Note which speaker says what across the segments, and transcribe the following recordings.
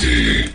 Speaker 1: KUPD.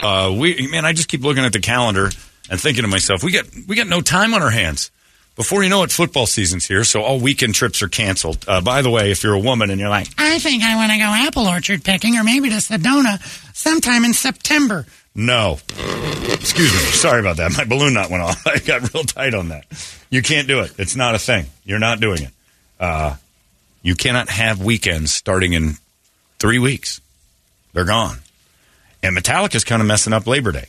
Speaker 2: uh, we man, I just keep looking at the calendar and thinking to myself, we got we got no time on our hands. Before you know it, football season's here, so all weekend trips are canceled. Uh, by the way, if you're a woman and you're like,
Speaker 3: I think I want to go apple orchard picking or maybe to Sedona sometime in September.
Speaker 2: no, excuse me, sorry about that, my balloon knot went off. I got real tight on that. You can't do it. It's not a thing. You're not doing it. Uh, you cannot have weekends starting in three weeks. They're gone. And Metallica's kind of messing up Labor Day.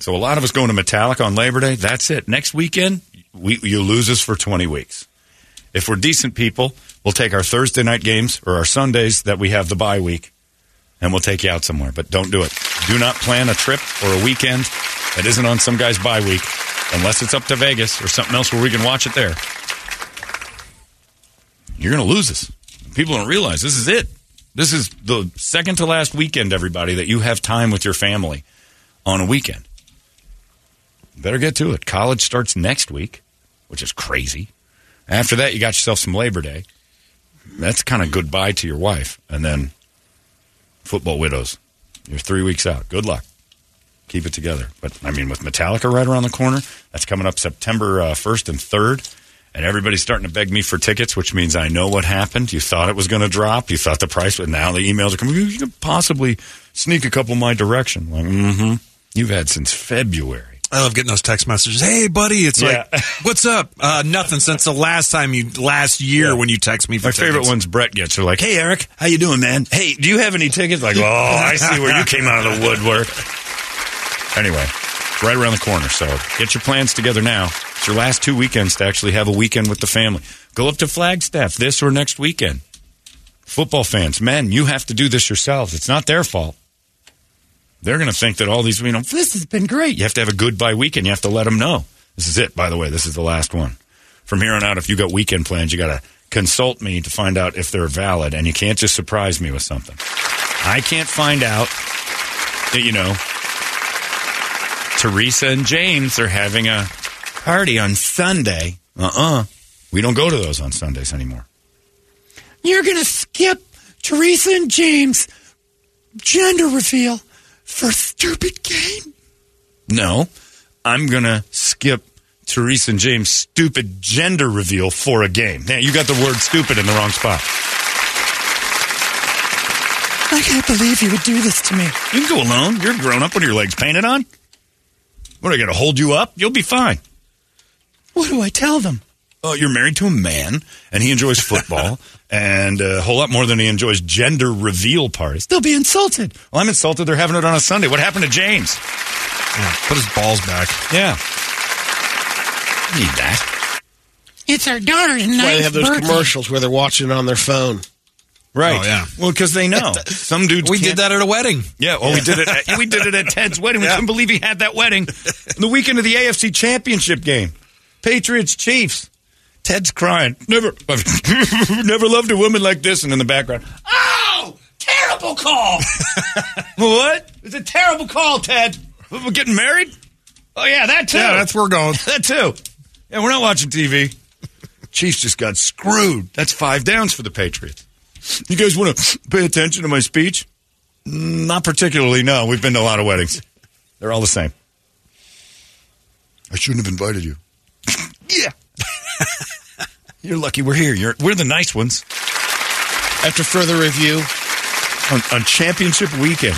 Speaker 2: So a lot of us going to Metallica on Labor Day. That's it. Next weekend, we, you lose us for 20 weeks. If we're decent people, we'll take our Thursday night games or our Sundays that we have the bye week, and we'll take you out somewhere. But don't do it. Do not plan a trip or a weekend that isn't on some guy's bye week, unless it's up to Vegas or something else where we can watch it there. You're going to lose us. People don't realize this is it. This is the second to last weekend, everybody, that you have time with your family on a weekend. Better get to it. College starts next week, which is crazy. After that, you got yourself some Labor Day. That's kind of goodbye to your wife. And then football widows. You're three weeks out. Good luck. Keep it together. But I mean, with Metallica right around the corner, that's coming up September uh, 1st and 3rd. And everybody's starting to beg me for tickets, which means I know what happened. You thought it was going to drop. You thought the price, but now the emails are coming. You could possibly sneak a couple my direction. Like, mm hmm. You've had since February.
Speaker 4: I love getting those text messages. Hey, buddy, it's
Speaker 2: Yeah.
Speaker 4: like, what's up? Uh, nothing since the last time you last year when you text me. For
Speaker 2: My favorite
Speaker 4: tickets.
Speaker 2: ones Brett gets are like, "Hey Eric, how you doing, man? Hey, do you have any tickets?" Like, "Oh, I see where you came out of the woodwork." Anyway, right around the corner, so get your plans together now. It's your last two weekends to actually have a weekend with the family. Go up to Flagstaff this or next weekend. Football fans, men, you have to do this yourselves. It's not their fault. They're going to think that all these, you know, this has been great. You have to have a goodbye weekend. You have to let them know. This is it, by the way. This is the last one. From here on out, if you got weekend plans, you got to consult me to find out if they're valid. And you can't just surprise me with something. I can't find out that, you know, Teresa and James are having a party on Sunday. Uh uh We don't go to those on Sundays anymore.
Speaker 3: You're going to skip Teresa and James gender reveal for stupid game.
Speaker 2: No, I'm gonna skip Teresa and James' stupid gender reveal for a game. Now you got the word "stupid" in the wrong spot.
Speaker 3: I can't believe you would do this to me.
Speaker 2: You can go alone. You're grown up. What are your legs painted on? What are I gonna hold you up? You'll be fine.
Speaker 3: What do I tell them?
Speaker 2: Oh, you're married to a man, and he enjoys football, and a whole lot more than he enjoys gender reveal parties.
Speaker 3: They'll be insulted.
Speaker 2: Well, I'm insulted. They're having it on a Sunday. What happened to James?
Speaker 4: Yeah, put his balls back.
Speaker 2: Yeah, I need that.
Speaker 3: It's our daughter's ninth
Speaker 5: Why they have those
Speaker 3: birthday.
Speaker 5: commercials where they're watching it on their phone.
Speaker 2: Right.
Speaker 4: Oh, yeah.
Speaker 2: Well, because they know some dudes.
Speaker 4: We
Speaker 2: can't-
Speaker 4: did that at a wedding.
Speaker 2: Yeah, well, we did it. At, we did it at Ted's wedding. We couldn't believe he had that wedding. The weekend of the AFC Championship game, Patriots Chiefs. Ted's crying. Never, I've never loved a woman like this. And in the background, oh, terrible call. what? It's a terrible call, Ted. We're getting married. Oh yeah, that too.
Speaker 4: Yeah, that's where we're going.
Speaker 2: that too. Yeah, we're not watching TV. Chiefs just got screwed. That's five downs for the Patriots. You guys want to pay attention to my speech? Not particularly, no. We've been to a lot of weddings. They're all the same. I shouldn't have invited you. yeah. You're lucky we're here. You're, we're the nice ones
Speaker 5: After further review,
Speaker 2: on, on championship weekend.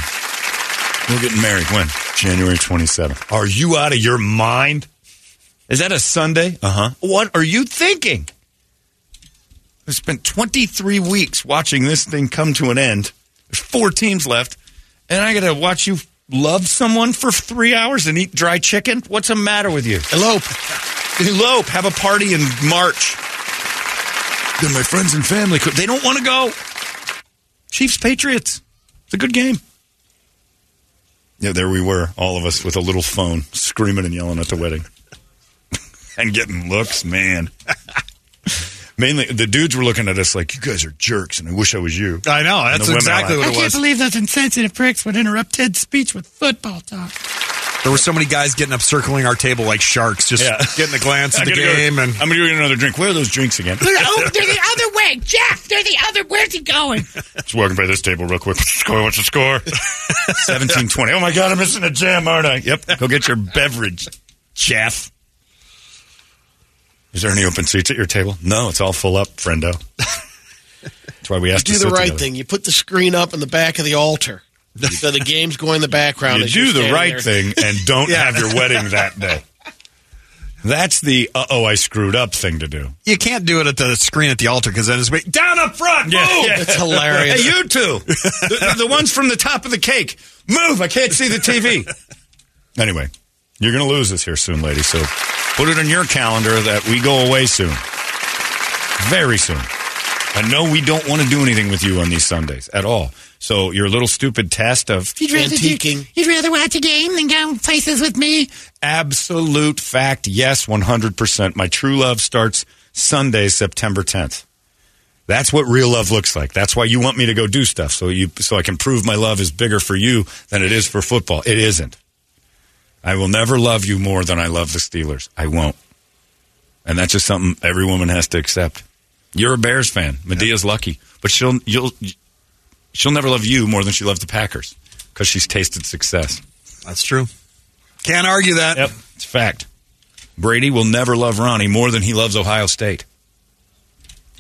Speaker 2: We're getting married when? January 27th. Are you out of your mind? Is that a Sunday? Uh huh. What are you thinking? I spent 23 weeks watching this thing come to an end. There's four teams left, and I got to watch you love someone for three hours and eat dry chicken? What's the matter with you?
Speaker 5: Elope.
Speaker 2: Elope. Have a party in March. Then my friends and family could. They don't want to go. Chiefs Patriots. It's a good game. Yeah, there we were, all of us with a little phone, screaming and yelling at the wedding, and getting looks, man. Mainly, the dudes were looking at us like, "You guys are jerks," and I wish I was you.
Speaker 4: I know.
Speaker 2: And the
Speaker 4: That's
Speaker 2: women
Speaker 4: exactly
Speaker 2: are like,
Speaker 4: what
Speaker 3: I
Speaker 4: it
Speaker 3: can't
Speaker 4: was.
Speaker 3: believe those insensitive pricks would interrupt Ted's speech with football talk.
Speaker 4: there were so many guys getting up, circling our table like sharks, just
Speaker 2: Yeah.
Speaker 4: getting a glance
Speaker 2: I
Speaker 4: at the
Speaker 2: gotta go-
Speaker 4: game. and
Speaker 2: I'm gonna get another drink. Where are those drinks again?
Speaker 3: They're, oh, they're the other way. Jeff, they're the other Where's he going?
Speaker 2: Just walking by this table real quick. What's the score? What's the score? 1720. Oh my God, I'm missing a jam, aren't I? Yep. Go get your beverage, Jeff. Is there any open seats at your table? No, it's all full up, friendo. That's why we asked
Speaker 5: Do
Speaker 2: to
Speaker 5: the
Speaker 2: sit
Speaker 5: right
Speaker 2: together.
Speaker 5: thing. You put the screen up in the back of the altar. so the game's going in the background.
Speaker 2: You
Speaker 5: as
Speaker 2: do the
Speaker 5: you're standing
Speaker 2: right
Speaker 5: there.
Speaker 2: thing and don't
Speaker 4: Yeah.
Speaker 2: have your wedding that day. That's the uh oh, I screwed up thing to do.
Speaker 4: you can't do it at the screen at the altar because then it's wait, down up front. move!
Speaker 5: That's hilarious.
Speaker 2: Hey, you two, the, the ones from the top of the cake, move! I can't see the TV. Anyway, you're going to lose this here soon, lady. So put it on your calendar that we go away soon, very soon. I know we don't want to do anything with you on these Sundays at all. So your little stupid test of
Speaker 3: You'd rather, do,
Speaker 5: Antiquing.
Speaker 3: you'd rather watch a game than go places with me?
Speaker 2: absolute fact, yes, 100 percent. My true love starts Sunday, September 10th. That's what real love looks like. That's why you want me to go do stuff so you so I can prove my love is bigger for you than it is for football. It isn't. I will never love you more than I love the Steelers. I won't. And that's just something every woman has to accept. You're a Bears fan. Medea's lucky, but she'll you'll she'll never love you more than she loves the Packers because she's tasted success.
Speaker 4: That's true. Can't argue that.
Speaker 2: Yep, it's a fact. Brady will never love Ronnie more than he loves Ohio State.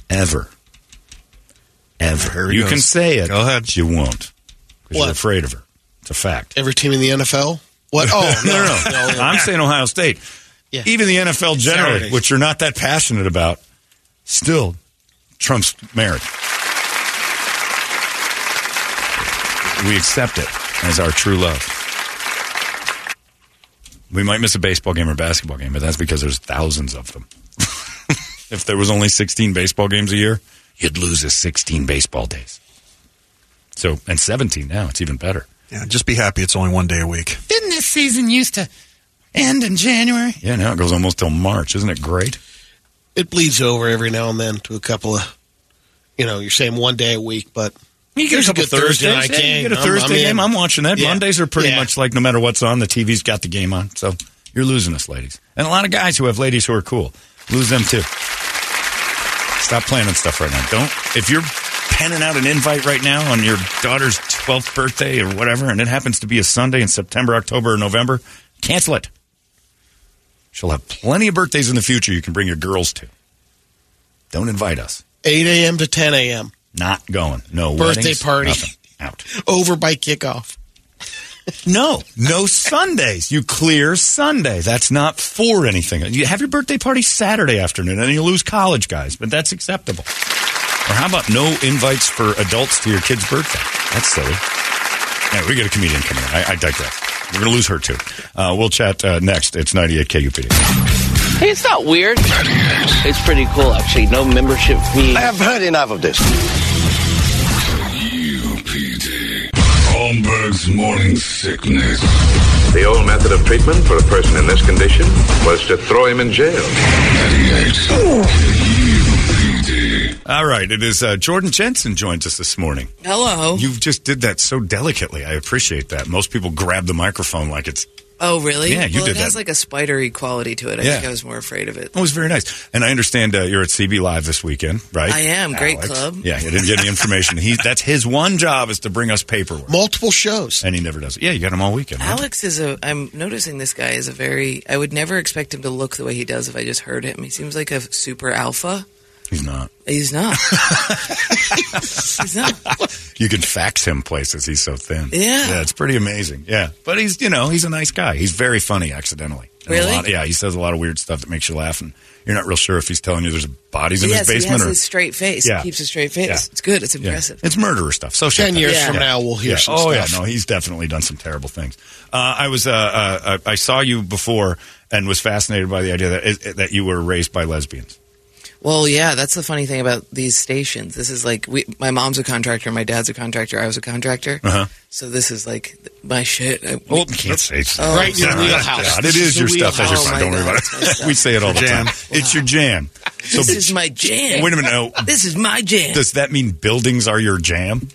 Speaker 2: Ever. Ever.
Speaker 4: he
Speaker 2: You
Speaker 4: goes.
Speaker 2: can say it.
Speaker 4: Go ahead.
Speaker 2: but You won't. Because
Speaker 5: What?
Speaker 2: you're afraid of her. It's a fact.
Speaker 5: Every team in the NFL? What? Oh, no,
Speaker 2: No,
Speaker 5: no.
Speaker 2: no, no. I'm saying Ohio State.
Speaker 5: Yeah.
Speaker 2: Even the NFL generally,
Speaker 5: Saturdays.
Speaker 2: which you're not that passionate about, still trumps marriage. We accept it as our true love. We might miss a baseball game or basketball game, but that's because there's thousands of them. if there was only 16 baseball games a year, you'd lose us 16 baseball days. So, and 17 now, it's even better.
Speaker 4: Yeah, just be happy it's only one day a week.
Speaker 3: Didn't this season used to end in January?
Speaker 2: Yeah, now it goes almost till March. Isn't it great?
Speaker 5: It bleeds over every now and then to a couple of, you know, you're saying one day a week, but
Speaker 2: You get a
Speaker 5: There's
Speaker 2: couple
Speaker 5: a good Thursday
Speaker 2: Thursdays.
Speaker 5: night
Speaker 2: Yeah, you
Speaker 5: game.
Speaker 2: get a
Speaker 5: I'm-
Speaker 2: Thursday
Speaker 5: I'm in.
Speaker 2: game. I'm watching that.
Speaker 5: Yeah.
Speaker 2: Mondays are pretty
Speaker 5: Yeah.
Speaker 2: much like no matter what's on, the TV's got the game on. So you're losing us, ladies. And a lot of guys who have ladies who are cool lose them too. Stop planning stuff right now. Don't if you're penning out an invite right now on your daughter's 12th birthday or whatever, and it happens to be a Sunday in September, October, or November, cancel it. She'll have plenty of birthdays in the future you can bring your girls to. Don't invite us.
Speaker 5: 8 a.m. to 10 a.m.
Speaker 2: Not going. No
Speaker 5: Birthday
Speaker 2: weddings,
Speaker 5: party.
Speaker 2: nothing. Out.
Speaker 5: Over by kickoff.
Speaker 2: No, no Sundays. You clear Sunday. That's not for anything. You have your birthday party Saturday afternoon, and you lose college guys, but that's acceptable. Or how about no invites for adults to your kid's birthday? That's silly. Yeah, we got a comedian coming in. I, I digress. We're going to lose her too. Uh, we'll chat uh, next. It's 98 KUPD.
Speaker 6: Hey, it's not weird. It's pretty cool, actually. No membership fee.
Speaker 7: I have heard enough of this.
Speaker 1: UPD. oh, Holmberg's morning sickness.
Speaker 8: The old method of treatment for a person in this condition was to throw him in jail.
Speaker 1: 98 KUPD.
Speaker 2: All right, it is uh, Jordan Jensen joins us this morning.
Speaker 9: Hello.
Speaker 2: You just did that so delicately. I appreciate that. Most people grab the microphone like it's
Speaker 9: oh, really?
Speaker 2: Yeah, you
Speaker 9: well,
Speaker 2: did
Speaker 9: it has
Speaker 2: that.
Speaker 9: like a spidery quality to it. I
Speaker 2: Yeah.
Speaker 9: think I was more afraid of it.
Speaker 2: It was very nice. And I understand uh, you're at CB Live this weekend, right?
Speaker 9: I am. Great club.
Speaker 2: Yeah, I didn't get any information. He, that's his one job is to bring us paperwork.
Speaker 5: Multiple shows.
Speaker 2: And he never does it. Yeah, you got him all weekend. right?
Speaker 9: Alex is a. I'm noticing this guy is a very. I would never expect him to look the way he does if I just heard him. He seems like a super alpha.
Speaker 2: He's not.
Speaker 9: He's not. He's not.
Speaker 2: You can fax him places. He's so thin.
Speaker 9: Yeah.
Speaker 2: Yeah, it's pretty amazing. Yeah. But he's, you know, he's a nice guy. He's very funny accidentally. And a
Speaker 9: Really?
Speaker 2: lot- yeah, he says a lot of weird stuff that makes you laugh, and you're not real sure if he's telling you there's bodies in
Speaker 9: yes,
Speaker 2: his
Speaker 9: he
Speaker 2: basement
Speaker 9: has
Speaker 2: or.
Speaker 9: his straight face.
Speaker 2: Yeah.
Speaker 9: He keeps a straight face.
Speaker 2: Yeah.
Speaker 9: It's good. It's
Speaker 2: yeah.
Speaker 9: impressive.
Speaker 2: It's murderer stuff. Social.
Speaker 5: Ten years from now, we'll hear
Speaker 2: Yeah.
Speaker 5: some
Speaker 2: oh,
Speaker 5: stuff.
Speaker 2: yeah, no, he's definitely done some terrible things. Uh, I was, uh, uh, I I saw you before and was fascinated by the idea that is- that you were raised by lesbians.
Speaker 9: Well, yeah, that's the funny thing about these stations. This is like we, my mom's a contractor, my dad's a contractor, I was a contractor.
Speaker 2: Uh-huh.
Speaker 9: So this is like th- my shit. I,
Speaker 2: Oh, can't say it's
Speaker 9: Oh, Right in your
Speaker 2: Yeah,
Speaker 5: wheelhouse.
Speaker 2: God,
Speaker 5: This
Speaker 2: it
Speaker 5: is
Speaker 2: is your
Speaker 5: the
Speaker 2: stuff. That's your
Speaker 9: wheelhouse.
Speaker 2: fun.
Speaker 9: Oh,
Speaker 2: Don't
Speaker 9: my
Speaker 2: worry
Speaker 9: God,
Speaker 2: about
Speaker 9: it's my
Speaker 2: it.
Speaker 9: stuff.
Speaker 2: we say it all the
Speaker 4: Jam.
Speaker 2: time. It's your jam. So,
Speaker 9: this is my jam.
Speaker 2: wait a minute. Now,
Speaker 9: This is my jam.
Speaker 2: does that mean buildings are your jam?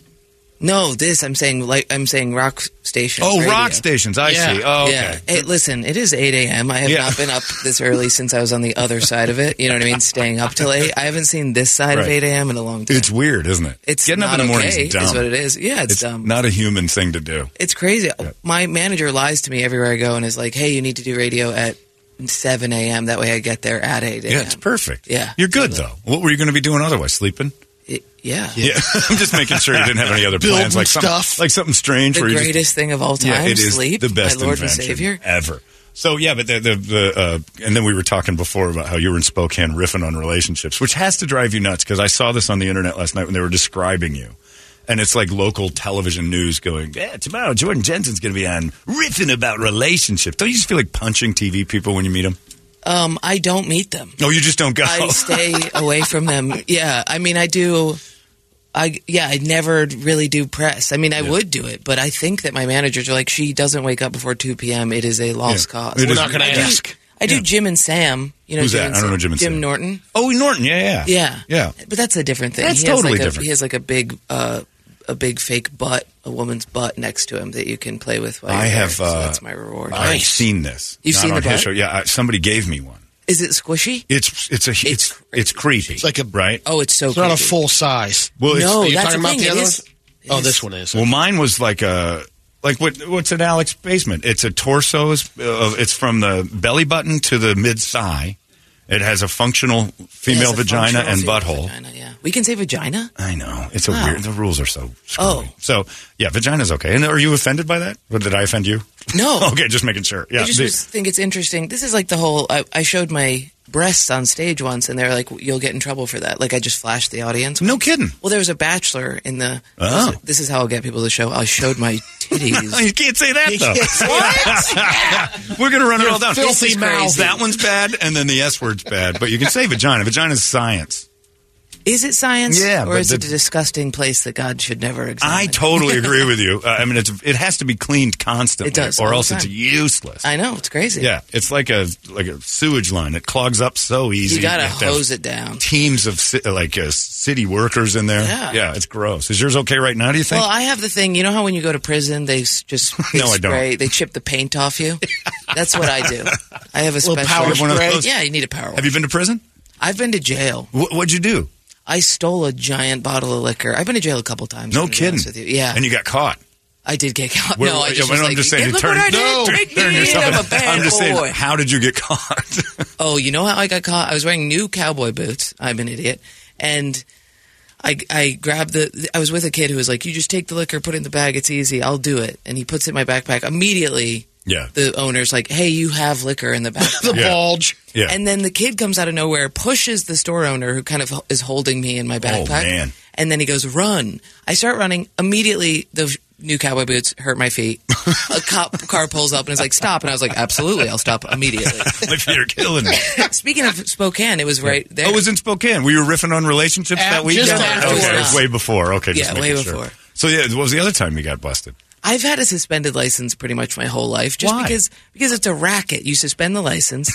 Speaker 9: no, this I'm saying like I'm saying rock station.
Speaker 2: Oh, rock
Speaker 9: station.
Speaker 2: stations. I
Speaker 5: Yeah.
Speaker 2: see. Oh,
Speaker 9: Yeah.
Speaker 2: okay.
Speaker 9: Hey, listen, it is 8 a.m. I have
Speaker 2: Yeah.
Speaker 9: not been up this early since I was on the other side of it. You know what I mean? Staying up till 8. I haven't seen this side of
Speaker 2: Right.
Speaker 9: 8 a.m. in a long time.
Speaker 2: It's weird, isn't it?
Speaker 9: It's
Speaker 2: Getting
Speaker 9: not
Speaker 2: up in the morning
Speaker 9: okay,
Speaker 2: is dumb.
Speaker 9: what it is. Yeah, it's,
Speaker 2: It's
Speaker 9: dumb.
Speaker 2: not a human thing to do.
Speaker 9: It's crazy. My manager lies to me everywhere I go and is like, "Hey, you need to do radio at 7 a.m. That way I get there at 8 a.m."
Speaker 2: Yeah, it's perfect.
Speaker 9: Yeah,
Speaker 2: You're good, though. What were you going to be doing otherwise? Sleeping?
Speaker 9: It- yeah.
Speaker 2: Yeah. I'm just making sure you didn't have any other plans.
Speaker 5: Building
Speaker 2: Like some-
Speaker 5: stuff.
Speaker 2: Like something strange
Speaker 9: The
Speaker 2: where you just-
Speaker 9: greatest thing of all time,
Speaker 2: Yeah, it is
Speaker 9: sleep.
Speaker 2: the best
Speaker 9: my Lord
Speaker 2: invention
Speaker 9: and Savior.
Speaker 2: ever. So yeah, but the the, the uh, and then we were talking before about how you were in Spokane riffing on relationships, which has to drive you nuts because I saw this on the internet last night when they were describing you. And it's like local television news going, yeah, tomorrow Jordan Jensen's going to be on riffing about relationships. Don't you just feel like punching TV people when you meet them?
Speaker 9: Um, I don't meet them.
Speaker 2: No, you just don't go.
Speaker 9: I stay away from them. Yeah, I mean, I do. I yeah, I never really do press. I mean, I would do it, but I think that my managers are like, she doesn't wake up before two p.m. It is a lost
Speaker 2: Yeah.
Speaker 9: cause.
Speaker 2: It
Speaker 9: We're
Speaker 2: is-
Speaker 9: not-
Speaker 5: not going to ask.
Speaker 9: I do Jim and Sam. You know
Speaker 2: Who's
Speaker 9: Jim
Speaker 2: that?
Speaker 9: And
Speaker 2: I don't
Speaker 9: Sam.
Speaker 2: know Jim and Sam.
Speaker 9: Norton.
Speaker 2: oh, Norton, yeah, yeah,
Speaker 9: Yeah,
Speaker 2: yeah.
Speaker 9: But that's a different thing.
Speaker 2: That's
Speaker 9: he has
Speaker 2: totally
Speaker 9: like a,
Speaker 2: different.
Speaker 9: He has like a big, uh, a big fake butt, a woman's butt next to him that you can play with. While
Speaker 2: I
Speaker 9: you're
Speaker 2: have,
Speaker 9: There. so
Speaker 2: uh,
Speaker 9: that's my reward.
Speaker 2: I've seen this.
Speaker 9: You've
Speaker 2: Not
Speaker 9: seen
Speaker 2: on
Speaker 9: the
Speaker 2: his
Speaker 9: butt?
Speaker 2: show. Yeah, I, somebody gave me one.
Speaker 9: Is it squishy?
Speaker 2: It's it's a it's it's,
Speaker 9: crazy.
Speaker 2: creepy. It's
Speaker 5: like a-
Speaker 2: right.
Speaker 9: Oh, it's so.
Speaker 5: It's not a
Speaker 9: creepy.
Speaker 5: full size.
Speaker 2: Well, it's,
Speaker 9: No,
Speaker 5: you
Speaker 9: Oh, that's
Speaker 5: talking
Speaker 9: the
Speaker 5: about
Speaker 9: thing.
Speaker 5: the
Speaker 9: It
Speaker 5: other
Speaker 9: is- it
Speaker 5: Oh,
Speaker 9: is-
Speaker 5: this one is.
Speaker 2: Well, mine was like a like what what's an Alex basement? It's a torso. Is, uh, it's from the belly button to the mid thigh. It has a functional
Speaker 9: It has
Speaker 2: female
Speaker 9: a
Speaker 2: vagina
Speaker 9: functional
Speaker 2: and
Speaker 9: female
Speaker 2: butthole.
Speaker 9: vagina, yeah, we can say vagina.
Speaker 2: I know it's a
Speaker 9: Wow.
Speaker 2: weird. The rules are so. Screwy.
Speaker 9: Oh.
Speaker 2: so yeah, vagina's okay. And are you offended by that? Or did I offend you?
Speaker 9: No.
Speaker 2: okay, just making sure. Yeah,
Speaker 9: I Oh. just
Speaker 2: the-
Speaker 9: was- think it's interesting. This is like the whole. I, I showed my breasts on stage once, and they're like, "You'll get in trouble for that." Like I just flashed the audience.
Speaker 2: no kidding.
Speaker 9: Well, there was a bachelor in the.
Speaker 2: Oh.
Speaker 9: This is how I'll get people to show. I showed my
Speaker 2: You
Speaker 9: titties.
Speaker 2: can't say that though. We're gonna run it all down.
Speaker 9: filthy This is mouth. crazy.
Speaker 2: That one's bad, and then the S word's bad. But you can say vagina. Vagina's science.
Speaker 9: is it science?
Speaker 2: Yeah,
Speaker 9: Or
Speaker 2: but
Speaker 9: is it
Speaker 2: the-
Speaker 9: a disgusting place that God should never exist?
Speaker 2: I totally agree with you. Uh, I mean, it's, it has to be cleaned constantly,
Speaker 9: It does, all
Speaker 2: or
Speaker 9: the
Speaker 2: else it's
Speaker 9: time.
Speaker 2: useless.
Speaker 9: I know it's crazy.
Speaker 2: yeah, it's like a like a sewage line. It clogs up so easy.
Speaker 9: You gotta
Speaker 2: have to have
Speaker 9: hose it down.
Speaker 2: Teams of ci- like uh, city workers in there.
Speaker 9: Yeah.
Speaker 2: it's gross. Is yours okay right now? Do you think?
Speaker 9: Well, I have the thing. You know how when you go to prison, they s- just they
Speaker 2: No, I don't.
Speaker 9: spray, they chip the paint off you. That's what I do. I have a
Speaker 5: Little
Speaker 9: special
Speaker 5: power
Speaker 2: One of spray? those?
Speaker 9: Yeah, you need a power.
Speaker 2: have you been to prison?
Speaker 9: I've been to jail.
Speaker 2: Wh- what'd you do?
Speaker 9: I stole a giant bottle of liquor. I've been to jail a couple times.
Speaker 2: No
Speaker 9: I'm gonna be
Speaker 2: kidding.
Speaker 9: honest With you. Yeah,
Speaker 2: and you got caught.
Speaker 9: I did get caught.
Speaker 2: Where-
Speaker 9: no,
Speaker 2: yeah,
Speaker 9: I just
Speaker 2: but
Speaker 9: was
Speaker 2: I'm
Speaker 9: like,
Speaker 2: just saying,
Speaker 9: "Hey, look
Speaker 2: turn,
Speaker 9: what I did.
Speaker 2: no,
Speaker 9: Drink
Speaker 2: turn
Speaker 9: me in.
Speaker 2: yourself
Speaker 9: I'm a
Speaker 2: in.
Speaker 9: bad
Speaker 2: I'm just
Speaker 9: boy.
Speaker 2: saying, how did you get caught?
Speaker 9: Oh, you know how I got caught? I was wearing new cowboy boots. I'm an idiot. And I, I grabbed the. I was with a kid who was like, "You just take the liquor, put it in the bag. It's easy. I'll do it." And he puts it in my backpack immediately.
Speaker 2: yeah,
Speaker 9: The owner's like, "Hey, you have liquor in the backpack."
Speaker 5: the
Speaker 2: Yeah.
Speaker 5: bulge.
Speaker 2: yeah.
Speaker 9: And then the kid comes out of nowhere, pushes the store owner who kind of h- is holding me in my backpack.
Speaker 2: Oh, man.
Speaker 9: And then he goes, run. I start running. Immediately, the f- new cowboy boots hurt my feet. A cop car pulls up and is like, stop. And I was like, absolutely, I'll stop immediately.
Speaker 2: my feet are killing me.
Speaker 9: Speaking of Spokane, it was right there.
Speaker 2: Oh, it was in Spokane. We were riffing on relationships
Speaker 5: Ab-
Speaker 2: that weekend.
Speaker 5: just
Speaker 9: afterwards.
Speaker 2: Okay, it was way before. Okay, just
Speaker 9: Yeah,
Speaker 2: making
Speaker 9: way
Speaker 2: sure.
Speaker 9: before.
Speaker 2: So yeah, what was the other time you got busted?
Speaker 9: I've had a suspended license pretty much my whole life, just
Speaker 2: Why?
Speaker 9: because because it's a racket. You suspend the license,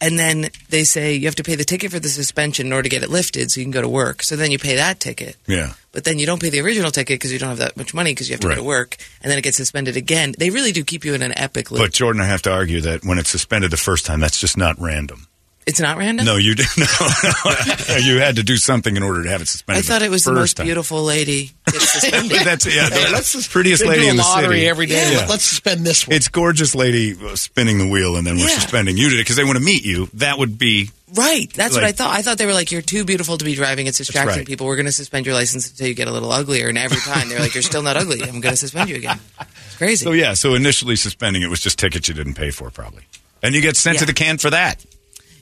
Speaker 9: and then they say you have to pay the ticket for the suspension in order to get it lifted, so you can go to work. So then you pay that ticket.
Speaker 2: Yeah.
Speaker 9: But then you don't pay the original ticket because you don't have that much money because you have to
Speaker 2: Right.
Speaker 9: go to work, and then it gets suspended again. They really do keep you in an epic loop.
Speaker 2: But Jordan, I have to argue that when it's suspended the first time, that's just not random.
Speaker 9: it's not random.
Speaker 2: No, you did no, no. you had to do something in order to have it suspended.
Speaker 9: I thought it was the
Speaker 2: first
Speaker 9: most
Speaker 2: time.
Speaker 9: beautiful lady. Gets suspended.
Speaker 2: that's yeah, that's the prettiest
Speaker 5: They
Speaker 2: lady
Speaker 5: do a
Speaker 2: in the
Speaker 5: lottery
Speaker 2: city.
Speaker 5: every day.
Speaker 2: Yeah.
Speaker 5: Let- Let's suspend this one.
Speaker 2: It's gorgeous lady uh, spinning the wheel, and then we're
Speaker 9: Yeah.
Speaker 2: suspending you did it because they want to meet you. That would be
Speaker 9: Right. That's what I
Speaker 2: Like-
Speaker 9: thought. I thought they were like, you're too beautiful to be driving. It's distracting
Speaker 2: right.
Speaker 9: people. We're going to suspend your license until you get a little uglier. And every time they're like, you're still not ugly. I'm going to suspend you again. It's crazy.
Speaker 2: So yeah, so initially suspending it was just tickets you didn't pay for, probably, and you get sent to
Speaker 9: Yeah.
Speaker 2: the can for that.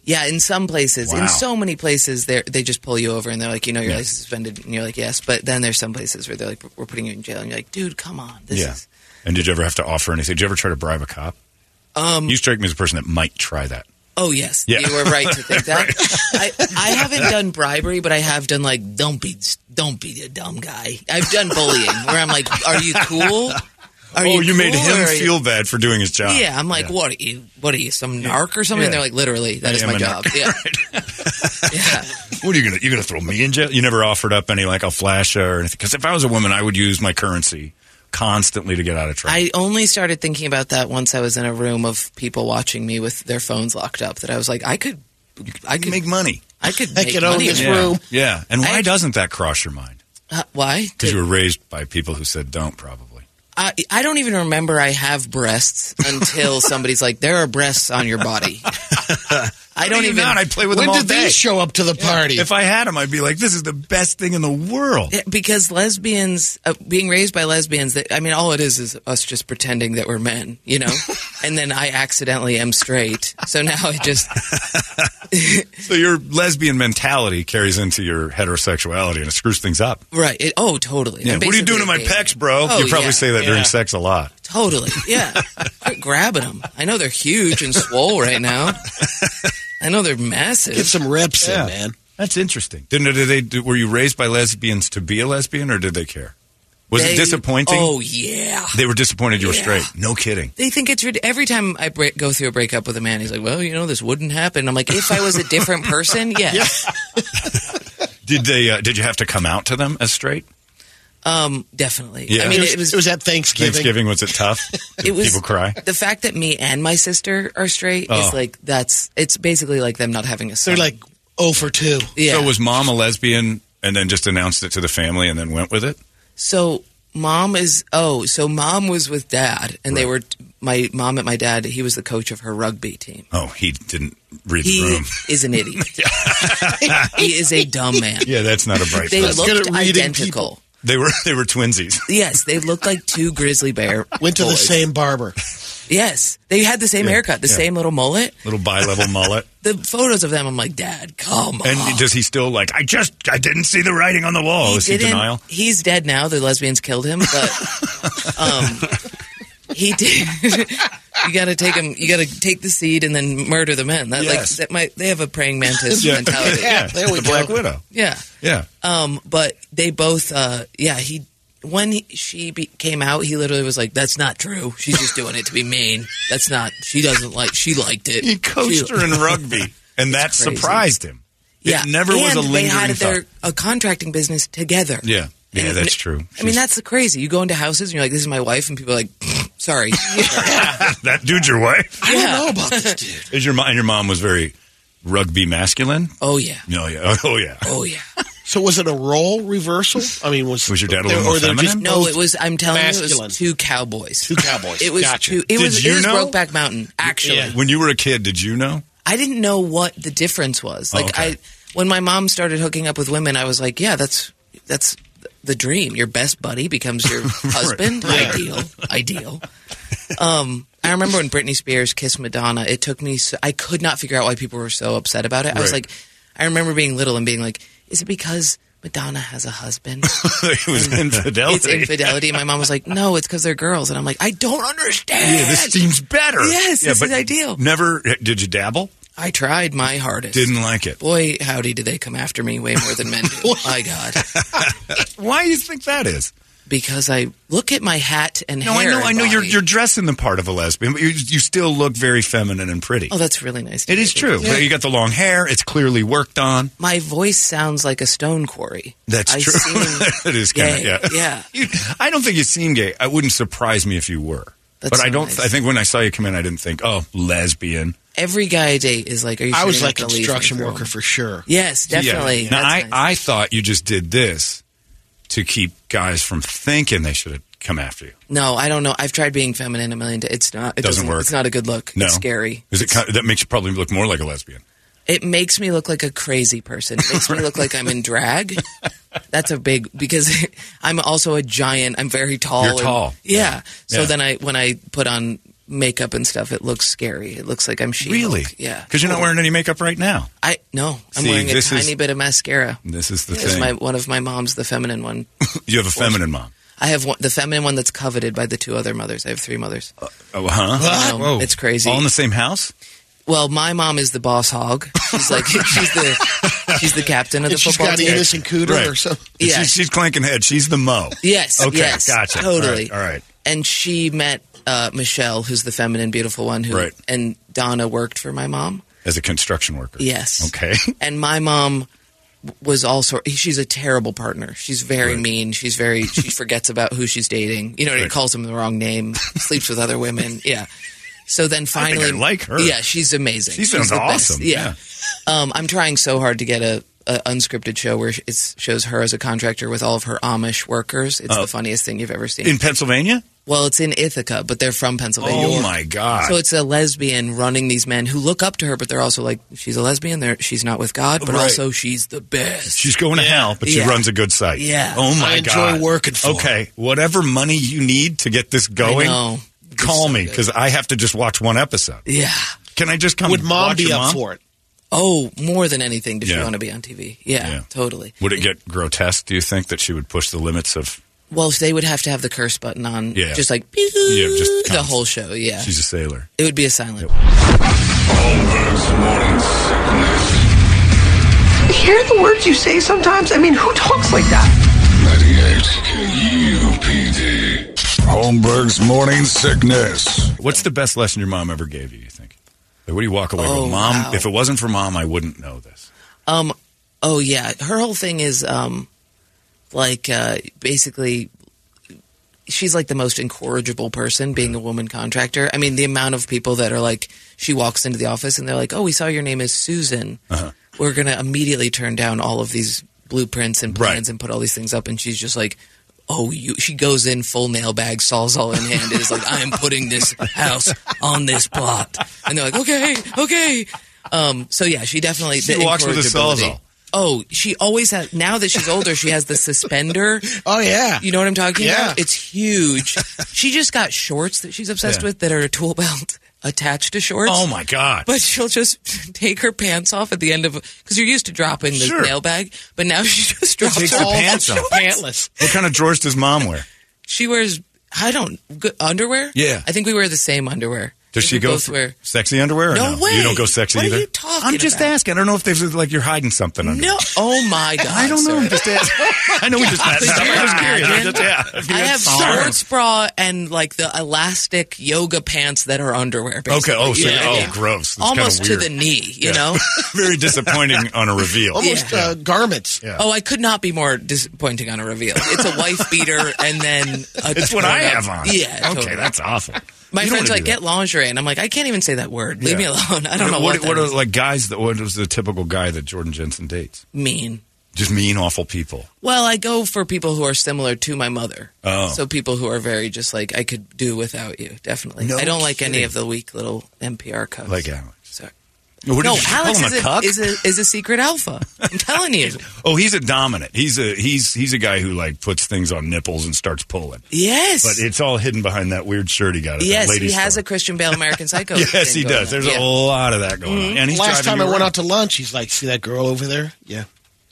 Speaker 9: Yeah, in some places,
Speaker 2: Wow.
Speaker 9: in so many places, they they just pull you over and they're like, you know, your
Speaker 2: Yeah.
Speaker 9: license is suspended, and you're like, yes. But then there's some places where they're like, we're putting you in jail, and you're like, dude, come on, this
Speaker 2: yeah.
Speaker 9: is
Speaker 2: And did you ever have to offer anything? Did you ever try to bribe a cop? Um, you strike me as a person that might try that.
Speaker 9: Oh yes,
Speaker 2: Yeah.
Speaker 9: you were right to think that. I, I haven't done bribery, but I have done like don't be don't be a dumb guy. I've done bullying where I'm like, are you cool? Are
Speaker 2: oh, you made
Speaker 9: cool,
Speaker 2: him
Speaker 9: or are you-
Speaker 2: feel bad for doing his job.
Speaker 9: Yeah, I'm like, what are you? What are you, some narc or something?
Speaker 2: Yeah.
Speaker 9: They're like, literally,
Speaker 2: I
Speaker 9: that is
Speaker 2: am
Speaker 9: my
Speaker 2: a
Speaker 9: job. Yeah, yeah.
Speaker 2: What are you gonna? You're gonna throw me in jail? You never offered up any like a flash or anything? Because if I was a woman, I would use my currency constantly to get out of trouble.
Speaker 9: I only started thinking about that once I was in a room of people watching me with their phones locked up. That I was like, I could, I could,
Speaker 2: make money.
Speaker 9: I could
Speaker 5: I
Speaker 9: make
Speaker 5: could own
Speaker 9: money.
Speaker 5: this
Speaker 9: in-
Speaker 5: room.
Speaker 2: Yeah, and why
Speaker 9: I-
Speaker 2: doesn't that cross your mind?
Speaker 9: Uh, why?
Speaker 2: Because you were raised by people who said don't. Probably.
Speaker 9: I, I don't even remember I have breasts until somebody's like, there are breasts on your body. I don't
Speaker 2: Maybe
Speaker 9: even.
Speaker 2: not. I play with
Speaker 5: When
Speaker 2: them all
Speaker 5: did
Speaker 2: day.
Speaker 5: they show up to the party?
Speaker 2: If I had them, I'd be like, this is the best thing in the world.
Speaker 9: because lesbians uh, being raised by lesbians that i mean all it is is us just pretending that we're men you know and then i accidentally am straight so now i just
Speaker 2: So your lesbian mentality carries into your heterosexuality and it screws things up.
Speaker 9: right it, oh totally
Speaker 2: Yeah,
Speaker 9: I'm
Speaker 2: what are you doing to my
Speaker 9: basically
Speaker 2: pecs, bro?
Speaker 9: Oh,
Speaker 2: you probably
Speaker 9: yeah.
Speaker 2: say that during
Speaker 5: Yeah.
Speaker 2: sex a lot.
Speaker 9: Totally. Yeah. Quit grabbing them. I know they're huge and swole right now. I know they're
Speaker 5: Get
Speaker 9: massive.
Speaker 5: some reps
Speaker 2: Yeah.
Speaker 5: in, man.
Speaker 2: That's interesting. Didn't did they? did- were you raised by lesbians to be a lesbian, or did they care? Was
Speaker 9: They-
Speaker 2: it disappointing?
Speaker 9: Oh yeah.
Speaker 2: they were disappointed you were
Speaker 9: Yeah.
Speaker 2: straight. No kidding.
Speaker 9: They think it's rid- every time I break, go through a breakup with a man. He's like, "Well, you know, this wouldn't happen." I'm like, "If I was a different person, yes,
Speaker 2: Did they? Uh, did you have to come out to them as straight?
Speaker 9: um, definitely."
Speaker 2: Yeah.
Speaker 9: I mean,
Speaker 2: It
Speaker 9: it was
Speaker 5: It was at Thanksgiving.
Speaker 2: Thanksgiving was it tough? Did
Speaker 9: it was
Speaker 2: people cry.
Speaker 9: The fact that me and my sister are straight
Speaker 2: Oh.
Speaker 9: is like that's it's basically like them not having a son.
Speaker 5: They're like 0 for 2.
Speaker 9: yeah.
Speaker 2: So was mom a lesbian and then just announced it to the family and then went with it?
Speaker 9: So mom is oh, so mom was with dad, and they were my mom and my dad. He was the coach of her rugby team.
Speaker 2: Oh, he didn't read the
Speaker 9: He
Speaker 2: room.
Speaker 9: is an idiot. he is a dumb man.
Speaker 2: Yeah, that's not a bright.
Speaker 9: They
Speaker 2: front.
Speaker 5: good
Speaker 9: looked
Speaker 5: at reading
Speaker 9: identical.
Speaker 2: They were they were twinsies.
Speaker 9: Yes, they looked like two grizzly bear.
Speaker 5: Went to the
Speaker 9: boys.
Speaker 5: same barber.
Speaker 9: Yes, they had the same haircut, the
Speaker 2: yeah.
Speaker 9: same little mullet.
Speaker 2: Little bi-level mullet.
Speaker 9: The photos of them, I'm like, Dad, come on.
Speaker 2: And does he still like? I just I didn't see the writing on the wall.
Speaker 9: Oh. He
Speaker 2: Oh, Is he
Speaker 9: didn't-
Speaker 2: denial?
Speaker 9: He's dead now. The lesbians killed him, but um, he did. you got to take him. You got to take the seed and then murder the men. That,
Speaker 2: Yes.
Speaker 9: like, that might, they have a praying mantis mentality.
Speaker 2: yeah.
Speaker 5: there we
Speaker 2: the Black
Speaker 5: go.
Speaker 2: Widow.
Speaker 9: Yeah.
Speaker 2: Yeah.
Speaker 9: Um, but they both. Uh, yeah. He when he, she be, came out, he literally was like, "That's not true. She's just doing it to be mean. That's not. She doesn't like. She liked it.
Speaker 2: He coached
Speaker 9: She-
Speaker 2: her in rugby, and that
Speaker 9: crazy.
Speaker 2: surprised him. It never
Speaker 9: and
Speaker 2: was a
Speaker 9: they had
Speaker 2: lingering
Speaker 9: their
Speaker 2: thought.
Speaker 9: a contracting business together.
Speaker 2: Yeah. Yeah,
Speaker 9: And-
Speaker 2: that's true.
Speaker 9: I mean, that's the crazy. You go into houses and you're like, "This is my wife," and people are like, "Sorry."
Speaker 2: that dude's your wife.
Speaker 5: I don't know about this dude.
Speaker 2: Is your mom? And your mom was very rugby masculine.
Speaker 9: Oh yeah.
Speaker 2: No, yeah, oh yeah.
Speaker 9: Oh yeah.
Speaker 5: So was it a role reversal? I mean, was
Speaker 2: Was your dad a little
Speaker 5: or
Speaker 2: more
Speaker 5: they're just
Speaker 2: feminine?
Speaker 9: No,
Speaker 5: both
Speaker 9: Oh, it was. I'm telling you, it
Speaker 5: masculine.
Speaker 9: was two cowboys.
Speaker 5: Two cowboys.
Speaker 9: It was.
Speaker 5: Gotcha.
Speaker 9: Two, it
Speaker 2: Did
Speaker 9: was.
Speaker 2: you
Speaker 9: it was
Speaker 2: know?
Speaker 9: Brokeback Mountain. Actually,
Speaker 5: Yeah.
Speaker 2: When you were a kid, did you know?
Speaker 9: I didn't know what the difference was.
Speaker 2: Oh,
Speaker 9: Like
Speaker 2: okay.
Speaker 9: I, when my mom started hooking up with women, I was like, yeah, that's that's the dream. Your best buddy becomes your husband. Ideal, ideal. Um, I remember when Britney Spears kissed Madonna. It took me. So, I could not figure out why people were so upset about it. I was
Speaker 2: Right.
Speaker 9: like, I remember being little and being like, is it because Madonna has a husband?
Speaker 2: it was infidelity.
Speaker 9: it's infidelity. My mom was like, no, it's because they're girls. And I'm like, I don't understand.
Speaker 2: Yeah, this seems better.
Speaker 9: Yes,
Speaker 2: yeah,
Speaker 9: this
Speaker 2: but
Speaker 9: is ideal.
Speaker 2: Never did you dabble?
Speaker 9: I tried my hardest.
Speaker 2: Didn't like it.
Speaker 9: Boy, howdy, do they come after me way more than men do. my God.
Speaker 2: Why do you think that is?
Speaker 9: Because I look at my hat and
Speaker 2: No, I
Speaker 9: hair.
Speaker 2: know,
Speaker 9: and
Speaker 2: I know. You're
Speaker 9: body.
Speaker 2: you're dressing the part of a lesbian, but you, you still look very feminine and pretty.
Speaker 9: Oh, that's really nice. to
Speaker 2: it is
Speaker 9: hear.
Speaker 2: true. But You got the long hair. It's clearly worked on.
Speaker 9: My voice sounds like a stone quarry.
Speaker 2: That's
Speaker 9: I
Speaker 2: true.
Speaker 9: seem
Speaker 2: it is kind of
Speaker 9: gay.
Speaker 2: yeah.
Speaker 9: Yeah.
Speaker 2: You- I don't think you seem gay. I wouldn't surprise me if you were.
Speaker 9: That's
Speaker 2: but I
Speaker 9: so
Speaker 2: don't.
Speaker 9: nice.
Speaker 2: I think when I saw you come in, I didn't think, oh, lesbian.
Speaker 9: Every guy I date is like, are you?
Speaker 5: I
Speaker 9: sure
Speaker 5: was
Speaker 9: you're not
Speaker 5: like
Speaker 9: gonna leave me
Speaker 5: construction
Speaker 9: for a
Speaker 5: worker
Speaker 9: woman?
Speaker 5: for sure.
Speaker 9: Yes, definitely.
Speaker 2: Yeah. Now I
Speaker 9: That's nice.
Speaker 2: I thought you just did this to keep guys from thinking they should have come after you.
Speaker 9: no, I don't know. I've tried being feminine a million. times. It's not. It
Speaker 2: Doesn't
Speaker 9: doesn't,
Speaker 2: work.
Speaker 9: It's not a good look.
Speaker 2: No,
Speaker 9: It's scary.
Speaker 2: Is it
Speaker 9: It's-
Speaker 2: kind that makes you probably look more like a lesbian?
Speaker 9: It makes me look like a crazy person. It makes me look like I'm in drag. That's a big because I'm also a giant. I'm very tall.
Speaker 2: You're
Speaker 9: and-
Speaker 2: tall.
Speaker 9: Yeah. So
Speaker 2: Yeah.
Speaker 9: then I when I put on makeup and stuff, it looks scary. It looks like I'm she.
Speaker 2: Really?
Speaker 9: Yeah. Oh.
Speaker 2: Because you're not wearing any makeup right now.
Speaker 9: I no. I'm
Speaker 2: See,
Speaker 9: wearing a
Speaker 2: this
Speaker 9: tiny
Speaker 2: is-
Speaker 9: bit of mascara.
Speaker 2: This is the
Speaker 9: Because
Speaker 2: thing.
Speaker 9: my one of my mom's the feminine one.
Speaker 2: you have a feminine mom.
Speaker 9: I have one, the feminine one that's coveted by the two other mothers. I have three mothers.
Speaker 2: Oh, huh?
Speaker 9: Um, It's crazy.
Speaker 2: All in the same house?
Speaker 9: well, my mom is the boss hog. She's like she's the she's the captain of the
Speaker 5: She's
Speaker 9: football
Speaker 5: got
Speaker 9: team.
Speaker 5: Enos and Cooter
Speaker 2: Right.
Speaker 5: or something.
Speaker 9: Yeah.
Speaker 2: She's, she's clanking head. She's the mo.
Speaker 9: Yes.
Speaker 2: Okay,
Speaker 9: yes.
Speaker 2: gotcha.
Speaker 9: Totally.
Speaker 2: All right, all right.
Speaker 9: And she met uh, Michelle, who's the feminine, beautiful one. Who
Speaker 2: Right.
Speaker 9: and Donna worked for my mom.
Speaker 2: As a construction worker.
Speaker 9: Yes.
Speaker 2: Okay.
Speaker 9: And my mom was also she's a terrible partner. She's very mean. She's very she forgets about who she's dating. You know, what I mean?
Speaker 2: Right.
Speaker 9: calls him the wrong name, sleeps with other women. Yeah. So then
Speaker 2: think
Speaker 9: finally,
Speaker 2: I like her.
Speaker 9: Yeah, she's amazing.
Speaker 2: She sounds
Speaker 9: she's the best.
Speaker 2: awesome.
Speaker 9: Yeah. Um, I'm trying so hard to get a, a unscripted show where it shows her as a contractor with all of her Amish workers. It's the funniest thing you've ever seen.
Speaker 2: Uh, In Pennsylvania?
Speaker 9: well, it's in Ithaca, but they're from Pennsylvania.
Speaker 2: Oh, my God.
Speaker 9: So it's a lesbian running these men who look up to her, but they're also like, she's a lesbian. They're, she's not with God, but
Speaker 2: Right.
Speaker 9: also she's the best.
Speaker 2: She's going to hell, but she
Speaker 9: Yeah.
Speaker 2: runs a good site.
Speaker 9: Yeah.
Speaker 2: Oh my
Speaker 5: I enjoy
Speaker 2: god.
Speaker 5: working for
Speaker 2: Okay, whatever money you need to get this going,
Speaker 9: know.
Speaker 2: call
Speaker 9: It's so
Speaker 2: me
Speaker 9: good.
Speaker 2: because I have to just watch one episode.
Speaker 9: yeah.
Speaker 2: Can I just come?
Speaker 5: Would mom
Speaker 2: watch
Speaker 5: be
Speaker 2: your
Speaker 5: up
Speaker 2: mom?
Speaker 5: for it?
Speaker 9: Oh, more than anything, does she
Speaker 2: Yeah.
Speaker 9: want to be on TV? Yeah,
Speaker 2: Yeah.
Speaker 9: totally.
Speaker 2: Would it get grotesque? Do you think that she would push the limits of?
Speaker 9: Well, they would have to have the curse button on,
Speaker 2: Yeah.
Speaker 9: just like
Speaker 2: just
Speaker 9: the
Speaker 2: constant.
Speaker 9: whole show. Yeah,
Speaker 2: She's a sailor.
Speaker 9: it would be a silent.
Speaker 1: Holmberg's morning sickness.
Speaker 7: Hear the words you say sometimes? I mean, who talks like that?
Speaker 1: 98 KUPD. Holmberg's morning sickness.
Speaker 2: What's the best lesson your mom ever gave you? You think? Like, what do you walk away
Speaker 9: Oh,
Speaker 2: with, mom?
Speaker 9: wow.
Speaker 2: If it wasn't for mom, I wouldn't know this.
Speaker 9: Um, oh yeah, her whole thing is um, like uh, basically, she's like the most incorrigible person, being a woman contractor. I mean, the amount of people that are like, she walks into the office and they're like, "Oh, we saw your name is Susan.
Speaker 2: Uh-huh.
Speaker 9: We're gonna immediately turn down all of these blueprints and plans
Speaker 2: Right.
Speaker 9: and put all these things up," and she's just like. Oh, you! She goes in full nail bag, sawzall in hand, and is like, "I am putting this house on this plot," and they're like, "Okay, okay." Um, so yeah, she definitely
Speaker 2: She
Speaker 9: the
Speaker 2: walks with a
Speaker 9: incorrigibility.
Speaker 2: sawzall.
Speaker 9: Oh, she always has. Now that she's older, she has the suspender.
Speaker 5: Oh yeah.
Speaker 9: You know what I'm talking
Speaker 5: Yeah.
Speaker 9: about? It's huge. She just got shorts that she's obsessed
Speaker 2: Yeah.
Speaker 9: with that are a tool belt attached to shorts.
Speaker 2: Oh my god!
Speaker 9: But she'll just take her pants off at the end of because you're used to dropping the
Speaker 2: Sure.
Speaker 9: nail bag, but now she just drops
Speaker 2: takes
Speaker 9: her
Speaker 2: the pants off.
Speaker 5: Pantless.
Speaker 2: what kind of drawers does mom wear?
Speaker 9: She wears I don't good, underwear.
Speaker 2: Yeah.
Speaker 9: I think we wear the same underwear.
Speaker 2: Does
Speaker 9: I think
Speaker 2: she
Speaker 9: we
Speaker 2: go
Speaker 9: both
Speaker 2: for
Speaker 9: wear?
Speaker 2: sexy underwear? Or
Speaker 9: No
Speaker 2: no, You don't
Speaker 9: way.
Speaker 2: go sexy
Speaker 9: What are
Speaker 2: either.
Speaker 9: you talking
Speaker 2: I'm just
Speaker 9: about?
Speaker 2: asking. I don't know if there's like you're hiding something under.
Speaker 9: No. Oh my god.
Speaker 2: I don't know. I'm just asking. I know we just met.
Speaker 9: Could
Speaker 2: I'm
Speaker 9: you
Speaker 2: just curious. I'm just- yeah. If you
Speaker 9: I
Speaker 2: had
Speaker 9: have
Speaker 2: some-
Speaker 9: sports bra and like the elastic yoga pants that are underwear.
Speaker 2: Okay.
Speaker 9: Basically.
Speaker 2: Oh, so
Speaker 9: You know what I
Speaker 2: oh,
Speaker 9: mean?
Speaker 2: gross. That's kinda
Speaker 9: Almost to
Speaker 2: weird.
Speaker 9: the knee, you
Speaker 2: Yeah.
Speaker 9: know.
Speaker 2: Very disappointing on a reveal.
Speaker 5: Almost
Speaker 9: Yeah.
Speaker 5: uh, garments.
Speaker 9: Oh, I could not be more disappointing on a reveal. It's a wife beater, and then a
Speaker 2: It's what I have on.
Speaker 9: Yeah,
Speaker 2: Okay,
Speaker 9: totally.
Speaker 2: that's awful.
Speaker 9: My
Speaker 2: You don't
Speaker 9: friends
Speaker 2: wanna
Speaker 9: like
Speaker 2: do
Speaker 9: get
Speaker 2: that.
Speaker 9: lingerie, and I'm like, I can't even say that word. Leave
Speaker 2: Yeah.
Speaker 9: me alone. I don't know
Speaker 2: What,
Speaker 9: what,
Speaker 2: what
Speaker 9: that
Speaker 2: are
Speaker 9: is.
Speaker 2: like guys? That what was the typical guy that Jordan Jensen dates?
Speaker 9: mean.
Speaker 2: Just mean, awful people.
Speaker 9: Well, I go for people who are similar to my mother.
Speaker 2: Oh.
Speaker 9: So people who are very just like I could do without you, definitely.
Speaker 2: No
Speaker 9: I don't like any
Speaker 2: kidding.
Speaker 9: of the weak little NPR cuts.
Speaker 2: Like Alex.
Speaker 9: Sorry.
Speaker 2: What did
Speaker 9: No,
Speaker 2: you call
Speaker 9: Alex
Speaker 2: him,
Speaker 9: is
Speaker 2: a
Speaker 9: a,
Speaker 2: cuck?
Speaker 9: is a is a secret alpha. I'm telling you.
Speaker 2: oh, he's a dominant. He's a he's he's a guy who like puts things on nipples and starts pulling.
Speaker 9: Yes.
Speaker 2: But it's all hidden behind that weird shirt he got. At that
Speaker 9: yes, he
Speaker 2: lady
Speaker 9: has
Speaker 2: store.
Speaker 9: a Christian Bale American Psycho.
Speaker 2: Yes,
Speaker 9: thing
Speaker 2: he
Speaker 9: going
Speaker 2: does.
Speaker 9: on.
Speaker 2: There's
Speaker 9: Yeah. Mm-hmm.
Speaker 2: a lot of that going on. And he's
Speaker 5: Last
Speaker 2: driving
Speaker 5: time
Speaker 2: you
Speaker 5: I went
Speaker 2: around.
Speaker 5: out to lunch, he's like, "See that girl over there? Yeah,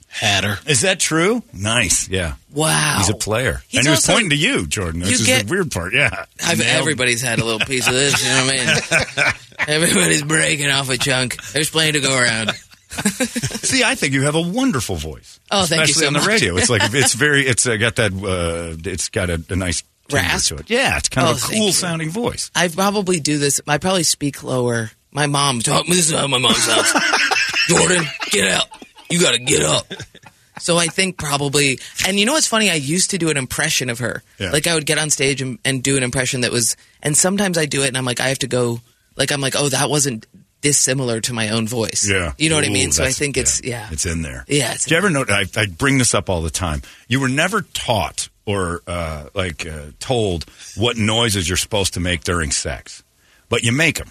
Speaker 5: had her."
Speaker 2: Is that true? Nice. Yeah.
Speaker 9: wow.
Speaker 2: He's a player.
Speaker 9: Oh. He's
Speaker 2: and he was
Speaker 9: also-
Speaker 2: pointing to you, Jordan. This
Speaker 9: You
Speaker 2: is
Speaker 9: get-
Speaker 2: the weird part. Yeah.
Speaker 9: I've, everybody's had a little piece of this. You know what I mean? everybody's breaking off a chunk. There's plenty to go around.
Speaker 2: See, I think you have a wonderful voice.
Speaker 9: Oh, thank you
Speaker 2: Especially
Speaker 9: so
Speaker 2: on the
Speaker 9: much.
Speaker 2: radio. It's like it's very it's uh, got that uh, it's got a, a nice timbre
Speaker 9: Rasp?
Speaker 2: to it. Yeah, it's kind
Speaker 9: Oh,
Speaker 2: of a
Speaker 9: thank
Speaker 2: cool
Speaker 9: you.
Speaker 2: sounding voice.
Speaker 9: I probably do this. I probably speak lower. My mom taught me Oh, this is how my mom sounds. Jordan, get out. You got to get up. So I think probably, and you know what's funny? I used to do an impression of her.
Speaker 2: Yeah.
Speaker 9: Like I would get on stage and, and do an impression that was, and sometimes I do it and I'm like, I have to go, like I'm like, oh, that wasn't dissimilar to my own voice.
Speaker 2: Yeah.
Speaker 9: You know what I
Speaker 2: Ooh,
Speaker 9: mean? So I
Speaker 2: that's-
Speaker 9: think it's, yeah.
Speaker 2: It's in there.
Speaker 9: Yeah, it's
Speaker 2: Do you ever know? I, I bring this up all the time. You were never taught or uh, like uh, told what noises you're supposed to make during sex, but you make them.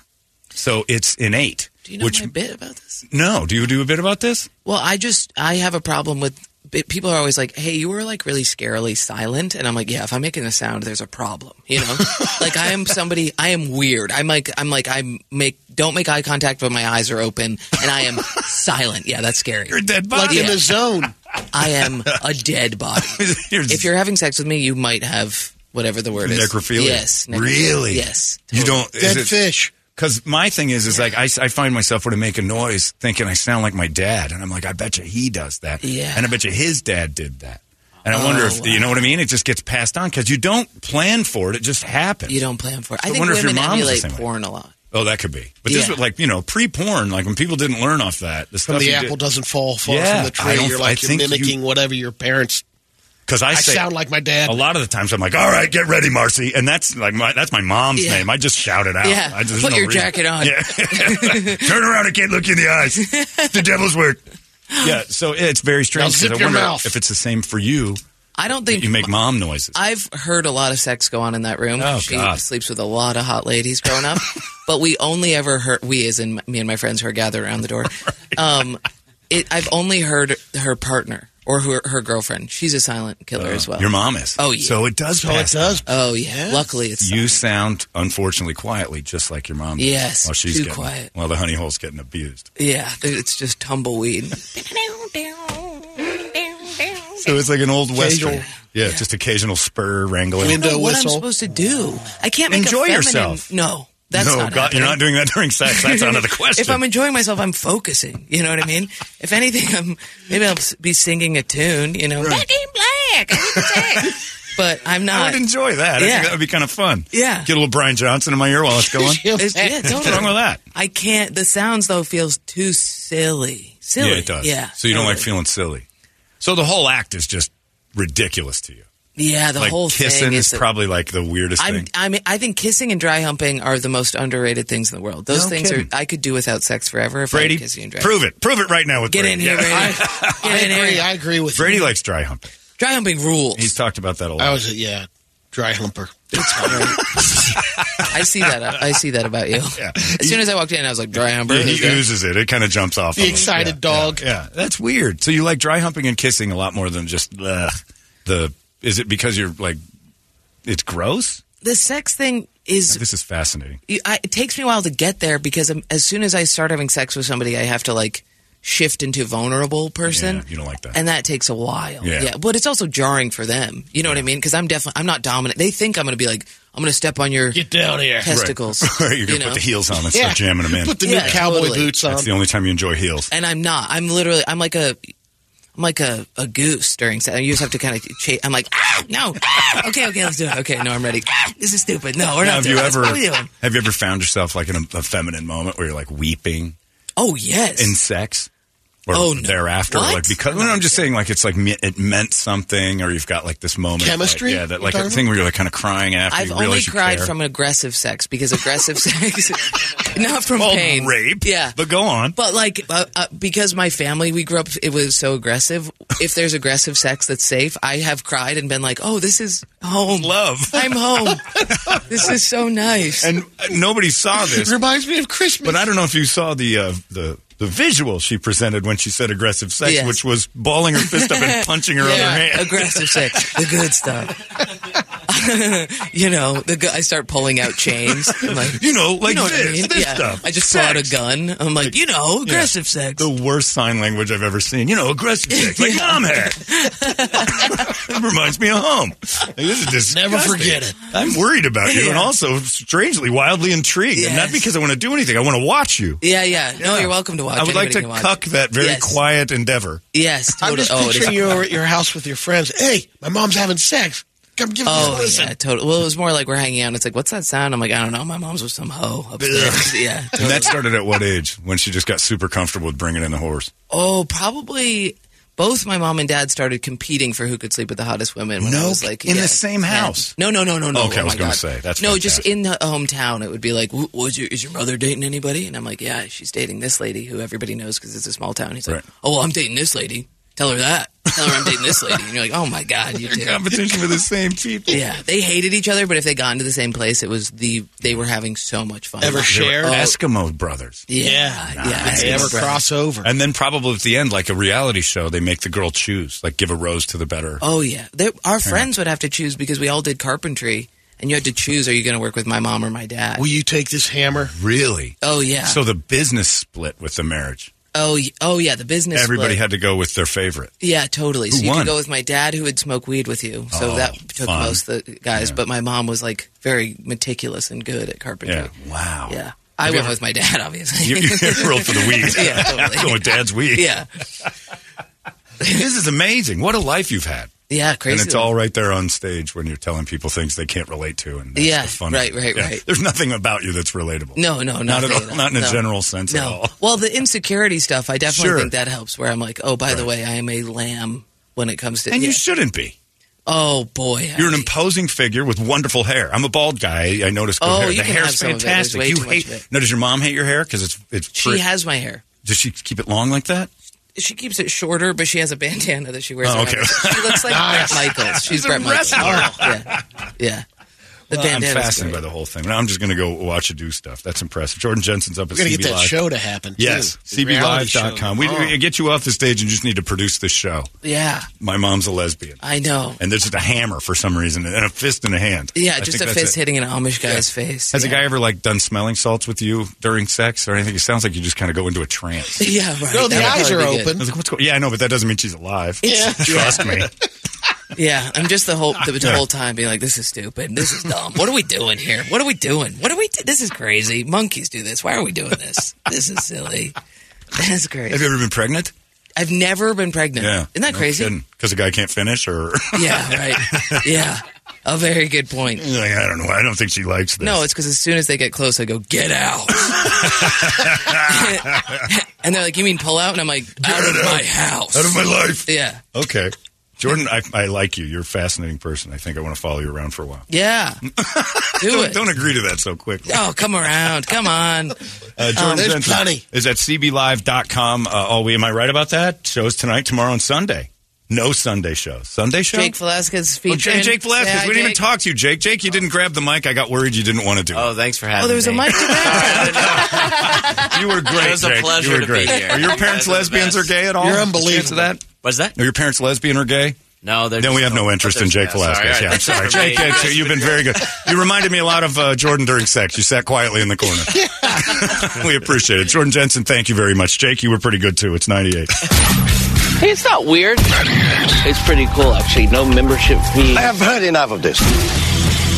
Speaker 2: So it's innate.
Speaker 9: Do you know
Speaker 2: which
Speaker 9: my bit about this?
Speaker 2: no? Do you do a bit about this?
Speaker 9: Well, I just I have a problem with bi- people are always like, "Hey, you were like really scarily silent," and I'm like, "Yeah, if I'm making a sound, there's a problem." You know, like I am somebody, I am weird. I'm like, I'm like, I make don't make eye contact, but my eyes are open, and I am silent. Yeah, that's scary.
Speaker 2: You're a dead
Speaker 5: Like
Speaker 2: body.
Speaker 5: in the zone.
Speaker 9: I am a dead body.
Speaker 2: You're-
Speaker 9: if you're having sex with me, you might have whatever the word is.
Speaker 2: Necrophilia.
Speaker 9: Yes.
Speaker 2: Really?
Speaker 9: Yes.
Speaker 2: you don't
Speaker 5: Dead fish.
Speaker 2: Because my thing is, is like I, I find myself when I make a noise thinking I sound like my dad, and I'm like, I bet you he does that,
Speaker 9: Yeah.
Speaker 2: and I bet you his dad did that, and I wonder if you know what I mean. It just gets passed on because you don't plan for it; it just happens.
Speaker 9: You don't plan for it.
Speaker 2: So
Speaker 9: I
Speaker 2: I
Speaker 9: think
Speaker 2: wonder if your
Speaker 9: women
Speaker 2: mom's the
Speaker 9: emulate
Speaker 2: same way.
Speaker 9: porn a lot.
Speaker 2: Oh, that could be. But this
Speaker 9: Yeah.
Speaker 2: was like you know pre-porn, like when people didn't learn off that the
Speaker 5: From
Speaker 2: stuff
Speaker 5: the
Speaker 2: you
Speaker 5: apple
Speaker 2: did-
Speaker 5: doesn't fall far
Speaker 2: Yeah,
Speaker 5: from the
Speaker 2: I
Speaker 5: tree.
Speaker 2: don't-
Speaker 5: You're
Speaker 2: I
Speaker 5: like you're
Speaker 2: think you-
Speaker 5: mimicking whatever your parents.
Speaker 2: Because I,
Speaker 5: I
Speaker 2: say,
Speaker 5: sound like my dad.
Speaker 2: A lot of the times, I'm like, "All right, get ready, Marcy," and that's like my that's my mom's
Speaker 9: Yeah.
Speaker 2: name. I just shout it out.
Speaker 9: Yeah.
Speaker 2: I just, there's
Speaker 9: Put
Speaker 2: no
Speaker 9: your
Speaker 2: reason.
Speaker 9: jacket on.
Speaker 2: Yeah. Turn around, I can't look you in the eyes. It's the devil's work. Yeah, so it's very strange.
Speaker 5: Now
Speaker 2: 'cause
Speaker 5: zip
Speaker 2: I
Speaker 5: your
Speaker 2: wonder
Speaker 5: mouth.
Speaker 2: if it's the same for you.
Speaker 9: I don't
Speaker 2: That
Speaker 9: think
Speaker 2: you make mom noises.
Speaker 9: I've heard a lot of sex go on in that room.
Speaker 2: Oh,
Speaker 9: she
Speaker 2: God.
Speaker 9: sleeps with a lot of hot ladies growing up, but we only ever heard we, as in me and my friends who are gathered around the door. Um, it, I've only heard her partner or her, her girlfriend. She's a silent killer as well.
Speaker 2: Uh, Your mom is.
Speaker 9: Oh, yeah.
Speaker 2: So it does.
Speaker 5: Oh, it
Speaker 2: pass.
Speaker 5: does.
Speaker 9: Oh yeah. Luckily, it's
Speaker 2: You sound unfortunately quietly just like your mom. does
Speaker 9: Yes,
Speaker 2: while she's
Speaker 9: too
Speaker 2: getting,
Speaker 9: quiet.
Speaker 2: While the honey hole's getting abused.
Speaker 9: yeah. It's just tumbleweed.
Speaker 2: So it's like an old
Speaker 5: Occasional-
Speaker 2: western. Yeah, just occasional spur wrangling.
Speaker 9: I don't know
Speaker 5: Window
Speaker 9: what I'm
Speaker 5: whistle.
Speaker 9: supposed to do. I can't make
Speaker 2: Enjoy
Speaker 9: a feminine,
Speaker 2: yourself.
Speaker 9: No, that's
Speaker 2: no,
Speaker 9: not.
Speaker 2: God, you're
Speaker 9: happening.
Speaker 2: not doing that during sex. That's out of the question.
Speaker 9: If I'm enjoying myself, I'm focusing. You know what I mean? if anything, I'm maybe I'll s- be singing a tune. You know, Back in black. I need to take. but I'm
Speaker 2: I
Speaker 9: not.
Speaker 2: would enjoy that. I
Speaker 9: Yeah.
Speaker 2: think that would be kind of fun.
Speaker 9: Yeah.
Speaker 2: Get a little Brian Johnson in my ear while it's going.
Speaker 9: It's, yeah, totally.
Speaker 2: What's wrong with that?
Speaker 9: I can't. The sounds though feels too silly. Silly.
Speaker 2: Yeah, it does.
Speaker 9: Yeah.
Speaker 2: So you don't like
Speaker 9: totally.
Speaker 2: feeling silly. So the whole act is just ridiculous to you.
Speaker 9: Yeah, the
Speaker 2: like
Speaker 9: whole
Speaker 2: kissing
Speaker 9: thing
Speaker 2: is
Speaker 9: the-
Speaker 2: probably like the weirdest
Speaker 9: I'm,
Speaker 2: thing.
Speaker 9: I'm, I think kissing and dry humping are the most underrated things in the world. Those
Speaker 2: No
Speaker 9: things
Speaker 2: kidding.
Speaker 9: are I could do without sex forever if I
Speaker 2: Brady,
Speaker 9: had kissing and dry.
Speaker 2: prove it. Prove it right now with
Speaker 9: Get
Speaker 2: Brady.
Speaker 9: in here,
Speaker 2: Yeah.
Speaker 9: Brady.
Speaker 5: I
Speaker 9: Get in
Speaker 5: agree.
Speaker 9: here.
Speaker 5: I agree with
Speaker 2: Brady
Speaker 5: you.
Speaker 2: likes dry humping.
Speaker 9: Dry humping rules.
Speaker 2: He's talked about that a lot.
Speaker 5: I was a, yeah, dry humper.
Speaker 9: I see that. I see that about you. As soon as I walked in, I was like, dry humper.
Speaker 2: Yeah, he
Speaker 9: is that-
Speaker 2: oozes it. It kind of jumps off.
Speaker 5: Oh, The
Speaker 2: on him.
Speaker 5: excited
Speaker 2: Yeah,
Speaker 5: dog.
Speaker 2: Yeah, yeah. that's weird. So you like dry humping and kissing a lot more than just ugh, the. Is it because you're like, it's gross?
Speaker 9: the sex thing is.
Speaker 2: This is fascinating.
Speaker 9: you- I, it takes me a while to get there because i as soon as I start having sex with somebody, I have to like shift into vulnerable person.
Speaker 2: Yeah, you don't like that.
Speaker 9: and that takes a while.
Speaker 2: Yeah.
Speaker 9: but it's also jarring for them. You know what I mean? Because I'm definitely I'm not dominant. They think I'm going to be like I'm going to step on your
Speaker 5: Get down here.
Speaker 9: testicles.
Speaker 2: Right, you're gonna
Speaker 9: you know?
Speaker 2: put the heels on and start jamming them in.
Speaker 5: Put the
Speaker 9: Yeah,
Speaker 5: new cowboy
Speaker 9: totally.
Speaker 5: boots on.
Speaker 2: That's the only time you enjoy heels.
Speaker 9: and I'm not. I'm literally. I'm like a. I'm like a, a goose during sex. You just have to kind of chase. I'm like, ah, no, ah, okay, okay, let's do it. Okay, no, I'm ready. Ah, this is stupid. No, we're
Speaker 2: Now,
Speaker 9: not
Speaker 2: have
Speaker 9: doing
Speaker 2: you
Speaker 9: this.
Speaker 2: ever
Speaker 9: What are we doing?
Speaker 2: have you ever found yourself like in a, a feminine moment where you're like weeping
Speaker 9: Oh yes.
Speaker 2: in sex? Or
Speaker 9: Oh, no.
Speaker 2: thereafter,
Speaker 9: What?
Speaker 2: like because no, I'm just saying, like it's like me- it meant something, or you've got like this moment,
Speaker 5: Chemistry?
Speaker 2: like, yeah, that
Speaker 5: You're
Speaker 2: like a
Speaker 5: talking
Speaker 2: thing where you're like kind of crying after.
Speaker 9: I've
Speaker 2: you
Speaker 9: only
Speaker 2: realize you
Speaker 9: cried
Speaker 2: care.
Speaker 9: from aggressive sex because aggressive sex, not from
Speaker 2: Well,
Speaker 9: pain,
Speaker 2: rape,
Speaker 9: Yeah,
Speaker 2: Oh, but go on.
Speaker 9: But like, uh, uh, because my family we grew up, it was so aggressive. If there's aggressive sex that's safe, I have cried and been like, "Oh, this is home,
Speaker 2: Love.
Speaker 9: I'm home. this is so nice."
Speaker 2: and uh, nobody saw
Speaker 5: It
Speaker 2: this,
Speaker 5: reminds me of Christmas.
Speaker 2: but I don't know if you saw the uh, the the visual she presented when she said aggressive sex,
Speaker 9: Yes.
Speaker 2: which was balling her fist up and punching her other hand.
Speaker 9: aggressive sex, the good stuff. you know, the gu- I start pulling out chains. I'm like,
Speaker 2: You know, like
Speaker 9: you know what
Speaker 2: this,
Speaker 9: I mean?
Speaker 2: this
Speaker 9: yeah.
Speaker 2: stuff.
Speaker 9: I just
Speaker 2: sex.
Speaker 9: pull out a gun. I'm like, you know, aggressive sex.
Speaker 2: The worst sign language I've ever seen. You know, aggressive sex, like mom had. it reminds me of home. Like, This is just
Speaker 5: Never forget it.
Speaker 2: I'm worried about you, and
Speaker 9: Yeah.
Speaker 2: also strangely, wildly intrigued. And not
Speaker 9: Yes.
Speaker 2: because I want to do anything. I want to watch you.
Speaker 9: Yeah, yeah. No, you're welcome to watch.
Speaker 2: I would like
Speaker 9: Anybody
Speaker 2: to
Speaker 9: can watch.
Speaker 2: cuck that very
Speaker 9: Yes.
Speaker 2: quiet endeavor.
Speaker 9: Yes,
Speaker 5: I'm
Speaker 9: totally.
Speaker 5: just
Speaker 9: Oh, it is.
Speaker 5: picturing you over at your house with your friends. Hey, my mom's having sex. Come give us
Speaker 9: Oh,
Speaker 5: a listen.
Speaker 9: yeah, totally. Well, it was more like we're hanging out. And it's like, what's that sound? I'm like, I don't know. My mom's with some hoe upstairs. yeah.
Speaker 2: And that started at what age? When she just got super comfortable with bringing in the horse.
Speaker 9: Oh, probably both my mom and dad started competing for who could sleep with the hottest women. When I
Speaker 2: No,
Speaker 9: was like
Speaker 2: in the
Speaker 9: yeah,
Speaker 2: same
Speaker 9: 10.
Speaker 2: house?
Speaker 9: No, no, no, no, no.
Speaker 2: Okay, I
Speaker 9: Oh
Speaker 2: was
Speaker 9: my
Speaker 2: gonna
Speaker 9: God.
Speaker 2: say, that's
Speaker 9: no,
Speaker 2: fantastic.
Speaker 9: just in the hometown. It would be like, "W- was your, is your mother dating anybody? And I'm like, yeah, she's dating this lady who everybody knows because it's a small town. He's like,
Speaker 2: Right.
Speaker 9: oh, well, I'm dating this lady. Tell her that. Tell her I'm dating this lady. And you're like, oh my God, you did.
Speaker 2: Competition for the same people.
Speaker 9: Yeah, they hated each other, but if they got into the same place, it was the they were having so much fun.
Speaker 5: Ever share?
Speaker 2: Eskimo brothers.
Speaker 9: Yeah, yeah.
Speaker 5: They ever cross over?
Speaker 2: And then probably at the end, like a reality show, they make the girl choose, like give a rose to the better.
Speaker 9: Oh yeah, they, our friends would have to choose because we all did carpentry, and you had to choose: are you going to work with my mom or my dad?
Speaker 5: Will you take this hammer?
Speaker 2: Really?
Speaker 9: oh yeah.
Speaker 2: So the business split with the marriage.
Speaker 9: oh y- oh yeah. The business.
Speaker 2: Everybody
Speaker 9: split.
Speaker 2: had to go with their favorite.
Speaker 9: Yeah, totally.
Speaker 2: Who
Speaker 9: so you
Speaker 2: won?
Speaker 9: could go with my dad, who would smoke weed with you. So
Speaker 2: Oh,
Speaker 9: that took
Speaker 2: fun.
Speaker 9: most of the guys. But my mom was like very meticulous and good at carpentry.
Speaker 2: Yeah. Wow.
Speaker 9: Yeah. I went with my dad, obviously.
Speaker 2: You, you rolled for the weed.
Speaker 9: Yeah, totally.
Speaker 2: Going with dad's weed.
Speaker 9: yeah.
Speaker 2: This is amazing. What a life you've had.
Speaker 9: Yeah, crazy.
Speaker 2: And it's all right there on stage when you're telling people things they can't relate to, and that's
Speaker 9: Yeah,
Speaker 2: the fun.
Speaker 9: right,
Speaker 2: of it.
Speaker 9: right, right.
Speaker 2: There's nothing about you that's relatable.
Speaker 9: No, no,
Speaker 2: Not at
Speaker 9: nothing
Speaker 2: all. Not in a
Speaker 9: No.
Speaker 2: general sense at all.
Speaker 9: Well, the insecurity stuff, I definitely
Speaker 2: Sure.
Speaker 9: think that helps. Where I'm like, oh, by the way, I am a lamb when it comes to.
Speaker 2: And you
Speaker 9: yeah.
Speaker 2: shouldn't be.
Speaker 9: oh boy,
Speaker 2: You're an
Speaker 9: I-
Speaker 2: imposing figure with wonderful hair. I'm a bald guy. I noticed good
Speaker 9: Oh,
Speaker 2: hair.
Speaker 9: you
Speaker 2: the
Speaker 9: can have
Speaker 2: hair's
Speaker 9: some of it. There's
Speaker 2: fantastic.
Speaker 9: way
Speaker 2: you
Speaker 9: too much
Speaker 2: hate.
Speaker 9: of it.
Speaker 2: No, does your mom hate your hair? Because it's it's.
Speaker 9: She
Speaker 2: fri-
Speaker 9: has my hair.
Speaker 2: Does she keep it long like that?
Speaker 9: She keeps it shorter, but she has a bandana that she wears.
Speaker 2: Oh,
Speaker 9: around
Speaker 2: okay.
Speaker 9: it. She looks like Brett Michaels. She's, Brett Michaels. Oh, Yeah, yeah. The
Speaker 2: I'm
Speaker 9: bandana's
Speaker 2: fascinated
Speaker 9: great.
Speaker 2: by the whole thing. Now I'm just going to go watch you do stuff. That's impressive. Jordan Jensen's up at
Speaker 5: We're gonna
Speaker 2: CB
Speaker 5: get that
Speaker 2: Live.
Speaker 5: show to happen. too.
Speaker 2: Yes,
Speaker 5: The reality show.
Speaker 2: CBLive.com. We, we get you off the stage and just need to produce this show.
Speaker 9: Yeah,
Speaker 2: My mom's a lesbian.
Speaker 9: I know.
Speaker 2: and there's just a hammer for some reason and a fist in a hand.
Speaker 9: Yeah,
Speaker 2: I
Speaker 9: just
Speaker 2: think
Speaker 9: a
Speaker 2: that's
Speaker 9: fist
Speaker 2: it.
Speaker 9: hitting an Amish guy's face.
Speaker 2: Has
Speaker 9: yeah.
Speaker 2: a guy ever like done smelling salts with you during sex or anything? It sounds like you just kind of go into a trance. I
Speaker 9: Yeah, right.
Speaker 5: No, the
Speaker 9: That would
Speaker 5: eyes are
Speaker 9: probably be good.
Speaker 5: open.
Speaker 2: was like, what's going? Yeah, I know, but that doesn't mean she's alive.
Speaker 9: It's-
Speaker 2: Trust me.
Speaker 9: Yeah, I'm just the whole the, the whole time being like, this is stupid. This is dumb. What are we doing here? What are we doing? What are we? Do- this is crazy. Monkeys do this. Why are we doing this? This is silly. That's
Speaker 2: Have
Speaker 9: crazy.
Speaker 2: you ever been pregnant?
Speaker 9: I've never been pregnant.
Speaker 2: Yeah,
Speaker 9: Isn't that crazy?
Speaker 2: Because a guy can't finish, or
Speaker 9: Yeah, right. yeah, a very good point.
Speaker 2: You're like, I don't know. I don't think she likes this.
Speaker 9: No, it's because as soon as they get close, I go, get out. and they're like, you mean pull out? And I'm like, out of my house.
Speaker 2: out of my life.
Speaker 9: yeah.
Speaker 2: Okay, Jordan, I, I like you. You're a fascinating person. I think I want to follow you around for a while.
Speaker 9: Yeah. Do it.
Speaker 2: Don't agree to that so quickly.
Speaker 9: Oh, come around. Come on.
Speaker 2: Uh, Jordan
Speaker 5: there's
Speaker 2: Jensen
Speaker 5: plenty.
Speaker 2: is at cblive.com. Uh, oh, am I right about that? Shows tonight, tomorrow, and Sunday. No Sunday shows. Sunday show?
Speaker 9: Jake Velasquez
Speaker 2: Oh,
Speaker 9: featuring.
Speaker 2: Jake, Jake Velasquez.
Speaker 9: Say hi,
Speaker 2: we didn't even
Speaker 9: Jake.
Speaker 2: talk to you, Jake. Jake, you didn't grab the mic. I got worried you didn't want to do it.
Speaker 10: Oh, thanks for having me.
Speaker 9: Oh, there was a mic to
Speaker 2: you were great,
Speaker 10: It was a
Speaker 2: Jake.
Speaker 10: pleasure
Speaker 2: you were
Speaker 10: to
Speaker 2: great.
Speaker 10: be here.
Speaker 2: Are your parents
Speaker 10: You guys are the
Speaker 2: lesbians or
Speaker 10: best.
Speaker 2: gay at all?
Speaker 5: You're
Speaker 2: Chance of
Speaker 5: unbelievable.
Speaker 2: that?
Speaker 10: What's that?
Speaker 2: Are your parents lesbian or gay?
Speaker 10: No, they're
Speaker 2: Then we
Speaker 10: just-
Speaker 2: have no interest in Jake
Speaker 10: Yeah,
Speaker 2: Velasquez.
Speaker 10: all
Speaker 2: Yeah, I'm
Speaker 10: right.
Speaker 2: sorry.
Speaker 10: Thanks for
Speaker 2: Jake,
Speaker 10: being
Speaker 2: Jake,
Speaker 10: here.
Speaker 2: you've been very good. You reminded me a lot of uh, Jordan during sex. You sat quietly in the corner. we appreciate it. Jordan Jensen, thank you very much. Jake, you were pretty good too. It's 98.
Speaker 6: Hey, it's not weird. It's pretty cool, actually. No membership fee.
Speaker 7: I've heard enough of this.